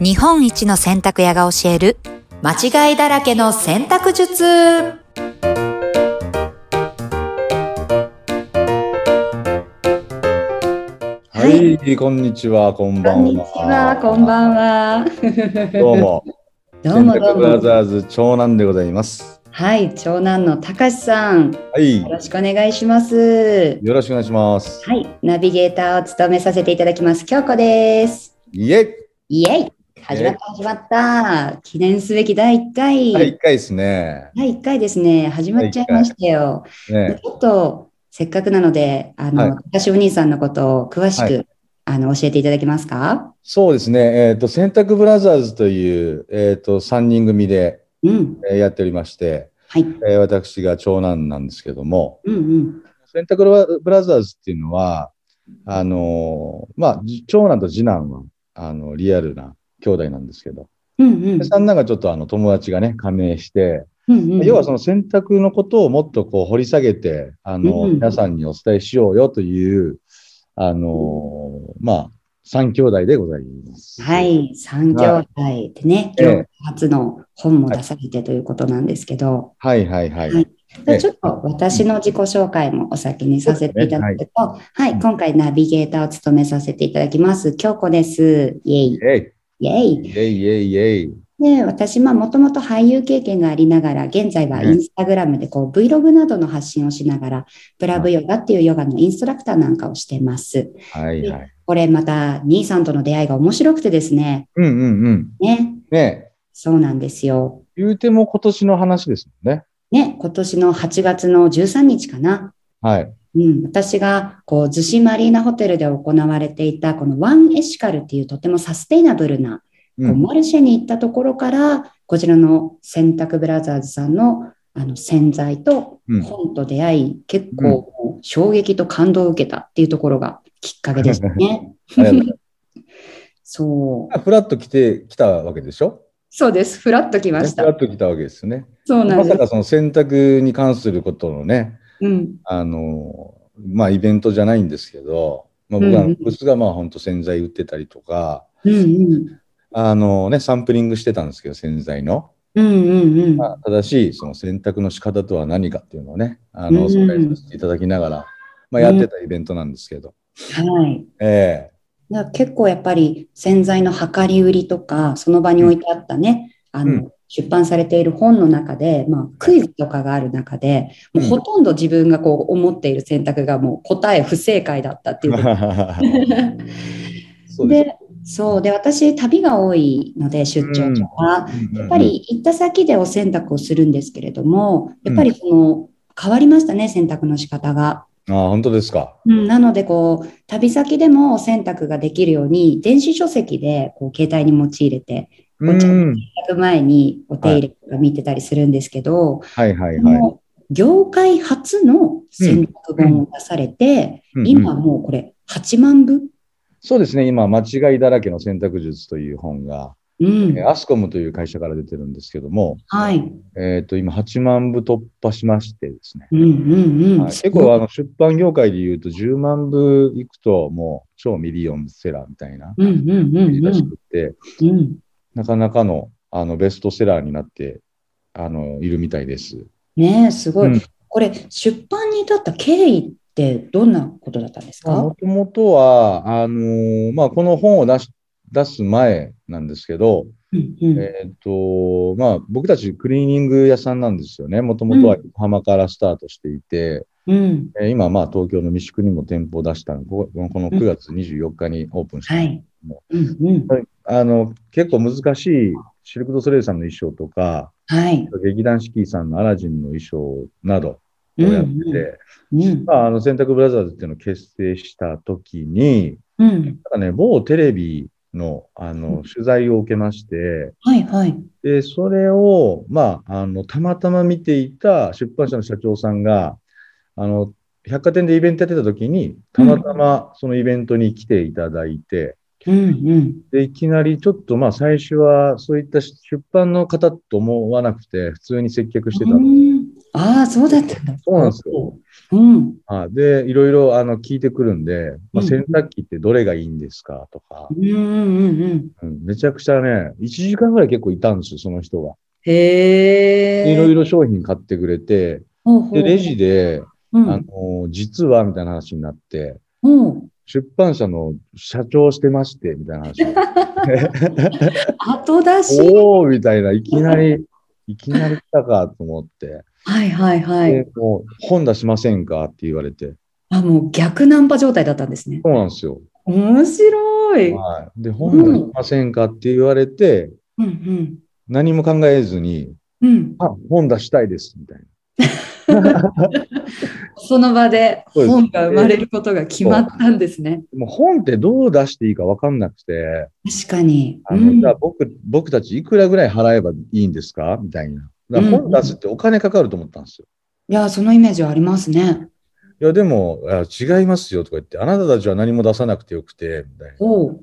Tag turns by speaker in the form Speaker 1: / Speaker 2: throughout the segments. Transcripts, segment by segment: Speaker 1: 日本一の洗濯屋が教える間違いだらけの洗濯術
Speaker 2: はい、こんにちは、こんば
Speaker 3: こ
Speaker 2: ん
Speaker 3: ん
Speaker 2: は。
Speaker 3: にちは、こんばんは。
Speaker 2: どうも、
Speaker 3: どうもど
Speaker 2: 洗濯ブラ
Speaker 3: うも。
Speaker 2: ザーズ長男でございます。
Speaker 3: はい、長男のたかしさん、よ
Speaker 2: はい、
Speaker 3: ろしくお願いします。
Speaker 2: よろしくお願いします。
Speaker 3: はい、ナビゲーターを務めさせていただきます、京子です。
Speaker 2: イエ
Speaker 3: イエイ始まった、始まった記念すべき第1
Speaker 2: イ
Speaker 3: 回、
Speaker 2: 第1回ですね。
Speaker 3: 第1回ですね、始まっちゃいましたよ。
Speaker 2: ね
Speaker 3: ちょっと、せっかくなので、あ
Speaker 2: はい
Speaker 3: の、たかしお兄さんのことを詳しく、
Speaker 2: は
Speaker 3: あの、教えていただけますか
Speaker 2: そうですね、えっ、と、洗濯ブラザーズという、えっ、と、3人組で、
Speaker 3: うん、
Speaker 2: えーやっておりまして、
Speaker 3: はい。
Speaker 2: えー私が長男なんですけども、
Speaker 3: うんうん。
Speaker 2: 洗濯ブラブラザーズっていうのは、あのーまあ、じ長男と次男は、あの、リアルな兄弟なんですけど、
Speaker 3: うんうん
Speaker 2: で三男がちょっとあの友達がね、加盟して、
Speaker 3: うんうん。
Speaker 2: 要はその選択のことをもっとこう掘り下げて、あの、
Speaker 3: うん
Speaker 2: 皆さんにお伝えしようよという、あのーまあ、三兄弟でございます。
Speaker 3: はい、三兄弟でね、
Speaker 2: ええ
Speaker 3: 今日初の本も出されてということなんですけど、
Speaker 2: はいはいはい。
Speaker 3: はい
Speaker 2: ええ
Speaker 3: ちょっと私の自己紹介もお先にさせていただくと、はい、
Speaker 2: うん
Speaker 3: 今回ナビゲーターを務めさせていただきます、京子です。イェイ、
Speaker 2: え
Speaker 3: イェ
Speaker 2: い、
Speaker 3: イ。
Speaker 2: イェイイェイイェイ。
Speaker 3: で、私、まあ、もともと俳優経験がありながら、現在はインスタグラムでこう Vlog などの発信をしながら、ブラブヨガっていうヨガのインストラクターなんかをしてます。
Speaker 2: はいはい。
Speaker 3: これまた、兄さんとの出会いが面白くてですね、
Speaker 2: うんうんうん。
Speaker 3: ね、
Speaker 2: ねえ
Speaker 3: そうなんですよ。
Speaker 2: 言うても今年の話ですもんね。
Speaker 3: ね、今年の8月の13日かな。
Speaker 2: はい。
Speaker 3: うん、私が、こう、逗子マリーナホテルで行われていた、このワンエシカルっていうとてもサステイナブルな、
Speaker 2: う。
Speaker 3: こうんマルシェに行ったところから、こちらの洗濯ブラザーズさんの、あの、洗剤と
Speaker 2: うん
Speaker 3: 本と出会い、結構、衝撃と感動を受けたっていうところがきっかけですね。
Speaker 2: ありがとうございま
Speaker 3: そう。
Speaker 2: すフラッと来て、来たわけでしょ
Speaker 3: そうです。ふらっと来まし
Speaker 2: フラ
Speaker 3: た。
Speaker 2: ッと来たわけですよね。
Speaker 3: そうな
Speaker 2: ま
Speaker 3: んで
Speaker 2: さ
Speaker 3: す。
Speaker 2: かその選択に関することのね、
Speaker 3: うん。
Speaker 2: あの、まあ、イベントじゃないんですけど、まあ、僕は
Speaker 3: うんうん
Speaker 2: ブースがまあ本当洗剤売ってたりとか、
Speaker 3: うんうん。
Speaker 2: あのね、サンプリングしてたんですけど、洗剤の。
Speaker 3: うんうんうん。
Speaker 2: まあ、正しいその選択の仕方とは何かっていうのをね、あ
Speaker 3: う
Speaker 2: の、
Speaker 3: ん
Speaker 2: 紹介させていただきながら、まあ、やってたイベントなんですけど。
Speaker 3: はい。
Speaker 2: え
Speaker 3: だから結構やっぱり洗剤の量り売りとか、その場に置いてあったね、あ
Speaker 2: う
Speaker 3: の、出版されている本の中で、まあ、クイズとかがある中で、もうほとんど自分がこう思っている選択がもう答え不正解だったって
Speaker 2: え
Speaker 3: いう。
Speaker 2: そうです。
Speaker 3: で、そう。で、私、旅が多いので、出張とか、やっぱり行った先でお洗濯をするんですけれども、やっぱりその、変わりましたね、洗濯の仕方が。
Speaker 2: うんうん。ああ、本当ですか。
Speaker 3: うん、なので、こう、旅先でもお洗濯ができるように、電子書籍で、こう、携帯に用いれて、
Speaker 2: う
Speaker 3: こっち
Speaker 2: ん。
Speaker 3: 行く前にお手入れとか見てたりするんですけど、
Speaker 2: はいはい
Speaker 3: こ
Speaker 2: はい。
Speaker 3: の業界初の洗濯本を出されて、
Speaker 2: うんうん
Speaker 3: 今もうこれ、8万部
Speaker 2: そうですね、今、間違いだらけの選択術という本が、
Speaker 3: うん
Speaker 2: え。アスコムという会社から出てるんですけども、
Speaker 3: はい。
Speaker 2: えっ、と、今、8万部突破しましてですね。
Speaker 3: うんうんうん。
Speaker 2: はい結構、あの、出版業界で言うと、10万部いくと、もう、超ミリオンセラーみたいな、
Speaker 3: うんうんうん
Speaker 2: らしくて、
Speaker 3: うん。うん
Speaker 2: なかなかの、あの、ベストセラーになって、あの、いるみたいです。
Speaker 3: ねえ、すご
Speaker 2: うん
Speaker 3: い。これ、出版に至った経緯ってどんなことだったんですか
Speaker 2: もともとは、あのーまあ、この本を出し、出す前なんですけど、
Speaker 3: うんうん。
Speaker 2: えっ、と、まあ、僕たちクリーニング屋さんなんですよね。もともとは
Speaker 3: う
Speaker 2: 横浜からスタートしていて、
Speaker 3: うん。
Speaker 2: えー今、まあ、東京の未宿にも店舗を出したの、こここの9月24日にオープンした、
Speaker 3: はい。うんうん。
Speaker 2: あの結構難しいシルク・ドゥ・ソレイユさんの衣装とか、
Speaker 3: はい。
Speaker 2: 劇団四季さんのアラジンの衣装などをやってて、
Speaker 3: うんうん。
Speaker 2: まあ、あの洗濯ブラザーズっていうのを結成した時に、
Speaker 3: うん。
Speaker 2: ただね、某テレビのあ
Speaker 3: う
Speaker 2: の
Speaker 3: ん
Speaker 2: 取材を受けまして、
Speaker 3: はいはい。
Speaker 2: でそれを、まあ、あのたまたま見ていた出版社の社長さんが、あの百貨店でイベントやってた時に、たまたまそのイベントに来ていただいて、
Speaker 3: うんうん。
Speaker 2: でいきなりちょっとまあ最初はそういった出版の方と思わなくて、普通に接客してた
Speaker 3: うんああ、そうだったんだ。
Speaker 2: そうなんですよ。
Speaker 3: うん。
Speaker 2: あで、いろいろあの聞いてくるんで、まあ、
Speaker 3: うん
Speaker 2: 洗濯機ってどれがいいんですかとか
Speaker 3: う、んうんうん。
Speaker 2: うんめちゃくちゃね、1時間ぐらい結構いたんですよ、その人が。
Speaker 3: へえ。
Speaker 2: いろいろ商品買ってくれて、
Speaker 3: ほうほう。
Speaker 2: で、レジで、
Speaker 3: う
Speaker 2: あ
Speaker 3: ん。
Speaker 2: の、実はみたいな話になって、
Speaker 3: うん。
Speaker 2: 出版社の社長してまして、みたいな話。
Speaker 3: 後出し。
Speaker 2: おおみたいな、いき なり、いきなり来たかと思って、
Speaker 3: はいはいはい。
Speaker 2: でもう本出しませんかって言われて、
Speaker 3: あ、もう逆ナンパ状態だったんですね。
Speaker 2: そうなんですよ。
Speaker 3: 面白い。うん
Speaker 2: はい、で、本出しませんかって言われて、
Speaker 3: うん。
Speaker 2: 何も考えずに、
Speaker 3: うん。
Speaker 2: あ、本出したいです、みたいな。
Speaker 3: その場で
Speaker 2: そうです
Speaker 3: 本が生まれることが決まったんですね。
Speaker 2: でも本ってどう出していいか分かんなくて、
Speaker 3: 確かに。
Speaker 2: あの、
Speaker 3: うん
Speaker 2: じゃあ僕、僕たちいくらぐらい払えばいいんですかみたいな。だから
Speaker 3: うんう
Speaker 2: 本
Speaker 3: ん
Speaker 2: 出すってお金かかると思ったんですよ。
Speaker 3: いや、そのイメージはありますね。
Speaker 2: いや、でも、いや違いますよとか言って、あなたたちは何も出さなくてよくて、みたいな。
Speaker 3: おう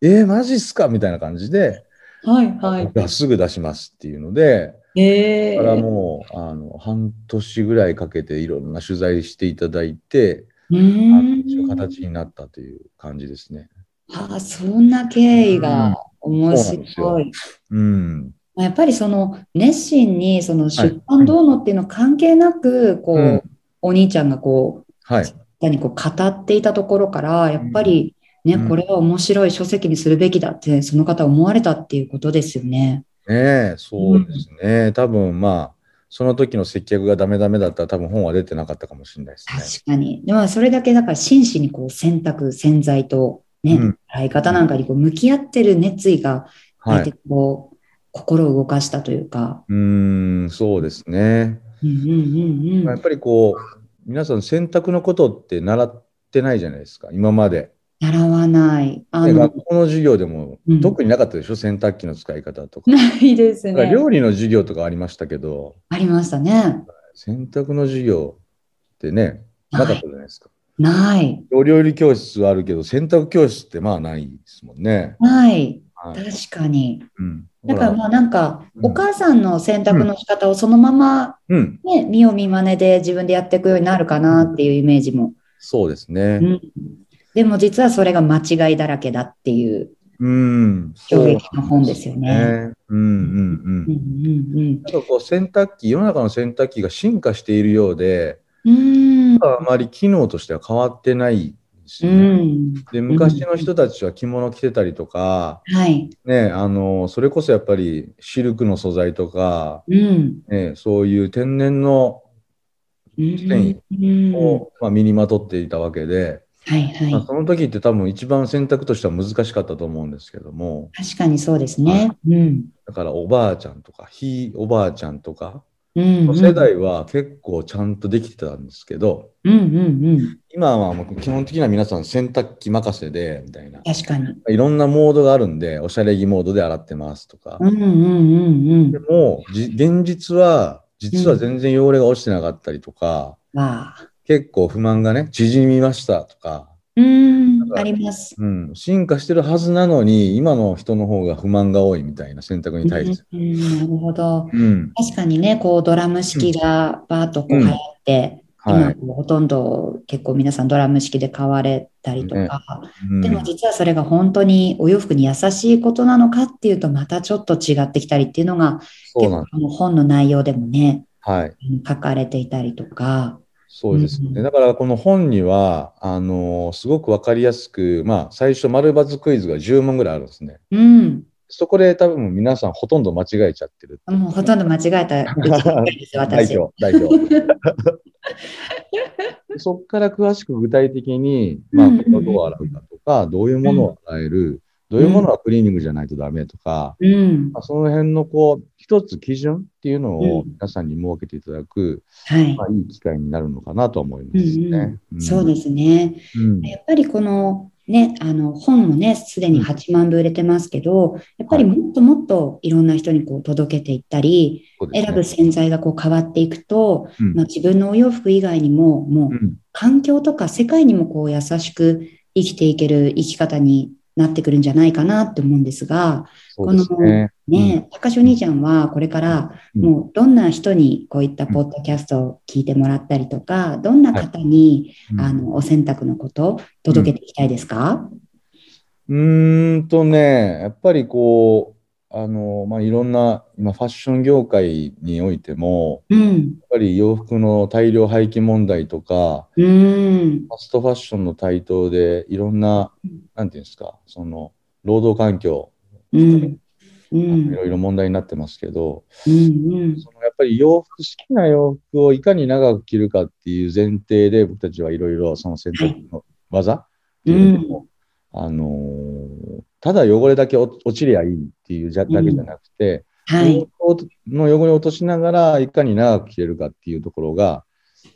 Speaker 2: えー、マジっすかみたいな感じで、
Speaker 3: はいはい。
Speaker 2: 僕はすぐ出しますっていうので、
Speaker 3: へえ
Speaker 2: だからもう、あの、半年ぐらいかけていろんな取材していただいて、
Speaker 3: う
Speaker 2: あの
Speaker 3: ん。
Speaker 2: 一応形になったという感じですね。
Speaker 3: ああ、そんな経緯が面
Speaker 2: そう
Speaker 3: 白い。
Speaker 2: うん。
Speaker 3: まあやっぱりその熱心にその出版どうのっていうの関係なく、こう、
Speaker 2: うん
Speaker 3: お兄ちゃんがこう、
Speaker 2: はい。
Speaker 3: 何こう語っていたところから、やっぱりね、
Speaker 2: うん
Speaker 3: これは面白い書籍にするべきだって、その方思われたっていうことですよね。
Speaker 2: ねえ、そうですね。多分まあ、その時の接客がダメダメだったら多分本は出てなかったかもしれないですね。
Speaker 3: 確かに。でもそれだけだから真摯にこう選択、潜在とね、
Speaker 2: うん
Speaker 3: 洗い方なんかにこう向き合ってる熱意が、
Speaker 2: は
Speaker 3: あえ
Speaker 2: い。
Speaker 3: てこう、心を動かしたというか。
Speaker 2: うーん、そうですね。
Speaker 3: うんうんうんうん。
Speaker 2: まあやっぱりこう、皆さん選択のことって習ってないじゃないですか、今まで。
Speaker 3: 習わない。あ
Speaker 2: で
Speaker 3: の
Speaker 2: 学、校の授業でも
Speaker 3: うん
Speaker 2: 特になかったでしょ、洗濯機の使い方とか。
Speaker 3: ないです
Speaker 2: だから
Speaker 3: ね。
Speaker 2: 料理の授業とかありましたけど、
Speaker 3: ありましたね。
Speaker 2: 洗濯の授業ってね、なかったじゃないですか。
Speaker 3: ない。
Speaker 2: お料理教室はあるけど、洗濯教室ってまあないですもんね。
Speaker 3: ない。
Speaker 2: はい。
Speaker 3: 確かに。
Speaker 2: うん。
Speaker 3: だからまあなんか、
Speaker 2: うん
Speaker 3: お母さんの選択の仕方をそのまま、
Speaker 2: うん。
Speaker 3: ね、見よう見まねで自分でやっていくようになるかなっていうイメージも。
Speaker 2: そうですね
Speaker 3: う。んでも実はそれが間違いだらけだっていう
Speaker 2: うん。
Speaker 3: 衝撃の本ですよ
Speaker 2: そうなん
Speaker 3: ね。
Speaker 2: ですね。うんう
Speaker 3: う
Speaker 2: んうんん。
Speaker 3: うん
Speaker 2: なんかこう洗濯機、世の中の洗濯機が進化しているようで、
Speaker 3: うん。う
Speaker 2: あまり機能としては変わってないです
Speaker 3: ー
Speaker 2: よね。
Speaker 3: ん。
Speaker 2: で、昔の人たちは着物着てたりとか、
Speaker 3: うん。はい。
Speaker 2: ね、あの、それこそやっぱりシルクの素材とか、
Speaker 3: うん。
Speaker 2: ね、そういう天然の
Speaker 3: うん。うんは
Speaker 2: を、まあ、身にまとっていたわけで、
Speaker 3: いはい
Speaker 2: まあ。その時って多分一番選択としては難しかったと思うんですけども、
Speaker 3: 確かにそうですね。うん。
Speaker 2: だからおばあちゃんとか、ひいおばあちゃんとか、
Speaker 3: うんうん。
Speaker 2: 世代は結構ちゃんとできてたんですけど、
Speaker 3: うんうんうん。
Speaker 2: 今はもう基本的には皆さん洗濯機任せで、みたいな。
Speaker 3: 確かに。
Speaker 2: いろんなモードがあるんで、おしゃれ着モードで洗ってますとか
Speaker 3: う。んうんうん
Speaker 2: で
Speaker 3: う
Speaker 2: も、じ現実は、実は全然汚れが落ちてなかったりとか、
Speaker 3: ん。わあ。
Speaker 2: 結構不満がね、縮みましたとか、
Speaker 3: うん
Speaker 2: ん。か
Speaker 3: あります。
Speaker 2: うん、進化してるはずなのに、今の人の方が不満が多いみたいな選択に対して。
Speaker 3: うんうんなるほど。
Speaker 2: うん、
Speaker 3: 確かにね、こうドラム式がバーッとこう
Speaker 2: うん
Speaker 3: 流行って、
Speaker 2: はい。
Speaker 3: 今ほとんど結構皆さんドラム式で買われたりとか、
Speaker 2: うん
Speaker 3: でも実はそれが本当にお洋服に優しいことなのかっていうとまたちょっと違ってきたりっていうのが
Speaker 2: そう
Speaker 3: 結
Speaker 2: な
Speaker 3: 構
Speaker 2: んです。
Speaker 3: この本の内容でもね、
Speaker 2: はい。
Speaker 3: 書かれていたりとか。
Speaker 2: そうです
Speaker 3: うんう
Speaker 2: ね。
Speaker 3: ん
Speaker 2: だからこの本には、あのすごくわかりやすく、まあ、最初、丸バツクイズが10問ぐらいあるんですね。
Speaker 3: うん。
Speaker 2: そこで多分皆さんほとんど間違えちゃってる。
Speaker 3: もうほとんど間違えたうちばっかりです、
Speaker 2: 代
Speaker 3: 私。
Speaker 2: 表、代 表。そこから詳しく具体的に、まあ、
Speaker 3: うん
Speaker 2: これをどう洗うかとか、どういうものを洗える、どういうものはクリーニングじゃないとダメとか、
Speaker 3: うん。
Speaker 2: まあ、その辺のこう、一つ基準っていうのを
Speaker 3: うん
Speaker 2: 皆さんに設けていただく、
Speaker 3: はい
Speaker 2: ま。あ、いい機会になるのかなとは思いますね。ん
Speaker 3: そうですね。
Speaker 2: うん
Speaker 3: やっぱりこのね、あの本もね、すでに8万部売れてますけど、やっぱりもっともっといろんな人にこう届けていったり、
Speaker 2: そうですね
Speaker 3: 選ぶ洗剤がこう変わっていくと、
Speaker 2: うん
Speaker 3: まあ、自分のお洋服以外にも、もう
Speaker 2: う
Speaker 3: ん環境とか世界にもこう優しく生きていける生き方になってくるんじゃないかなって思うんですが、
Speaker 2: そうですね。
Speaker 3: ねえ、高橋お兄ちゃんはこれから、
Speaker 2: うん
Speaker 3: もうどんな人にこういったポッドキャストを聞いてもらったりとか、どんな方に、
Speaker 2: うん
Speaker 3: あのお選択のことを届けていきたいですか、
Speaker 2: うーんとね、やっぱりこう、あの、まあ、いろんな、今、ファッション業界においても、
Speaker 3: うん、
Speaker 2: やっぱり洋服の大量廃棄問題とか、
Speaker 3: うん、
Speaker 2: ファストファッションの台頭で、いろんな
Speaker 3: うん、
Speaker 2: なんていうんですか、その、労働環境、
Speaker 3: うん、う
Speaker 2: い
Speaker 3: ん、
Speaker 2: ろいろ問題になってますけど、
Speaker 3: うん、
Speaker 2: そのやっぱり洋服、好きな洋服をいかに長く着るかっていう前提で、僕たちはいろいろその選択の技っていうのを、あのーただ汚れだけ落落ちりゃいいっていうじゃだけじゃなくて、
Speaker 3: はい、
Speaker 2: 洋服の汚れを落としながら、いかに長く着れるかっていうところが、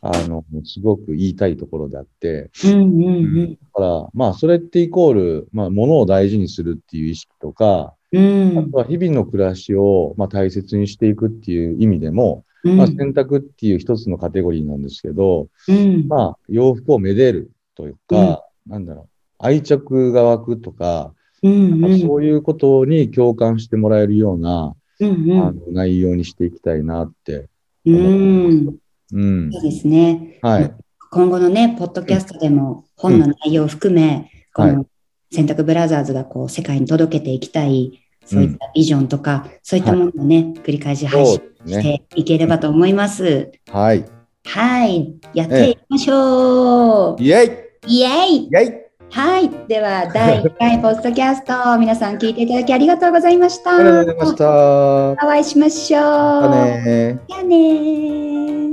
Speaker 2: あの、すごく言いたいところであって、
Speaker 3: うん、うん、
Speaker 2: だから、まあ、それってイコール、まあ、物を大事にするっていう意識とか、
Speaker 3: うん、
Speaker 2: あとは日々の暮らしを、まあ、大切にしていくっていう意味でも、
Speaker 3: うん、
Speaker 2: まあ、選択っていう一つのカテゴリーなんですけど、
Speaker 3: うん、
Speaker 2: まあ、洋服をめでるというか、なんだろう、愛着が湧くとか、
Speaker 3: うん、うん、
Speaker 2: そういうことに共感してもらえるような、
Speaker 3: うん、
Speaker 2: あ
Speaker 3: う
Speaker 2: の内容にしていきたいなって。
Speaker 3: ん、うん、
Speaker 2: うん
Speaker 3: そ。うですね。
Speaker 2: はい。
Speaker 3: 今後のね、ポッドキャストでも本の内容を含め、
Speaker 2: うん
Speaker 3: この洗濯ブラザーズがこう世界に届けていきたい、そういったビジョンとか、そういったものをね、繰り返し配
Speaker 2: そう
Speaker 3: 信
Speaker 2: です
Speaker 3: し
Speaker 2: ね。
Speaker 3: ていければと思います。
Speaker 2: はい。
Speaker 3: はい、やっていきましょう。
Speaker 2: イェイ
Speaker 3: イエイ
Speaker 2: イェイ
Speaker 3: はい、では第1回ポッドキャスト、皆さん聞いていただきありがとうございました。
Speaker 2: ありがとうございました。
Speaker 3: お会いしましょう。
Speaker 2: またねー。
Speaker 3: じゃあねー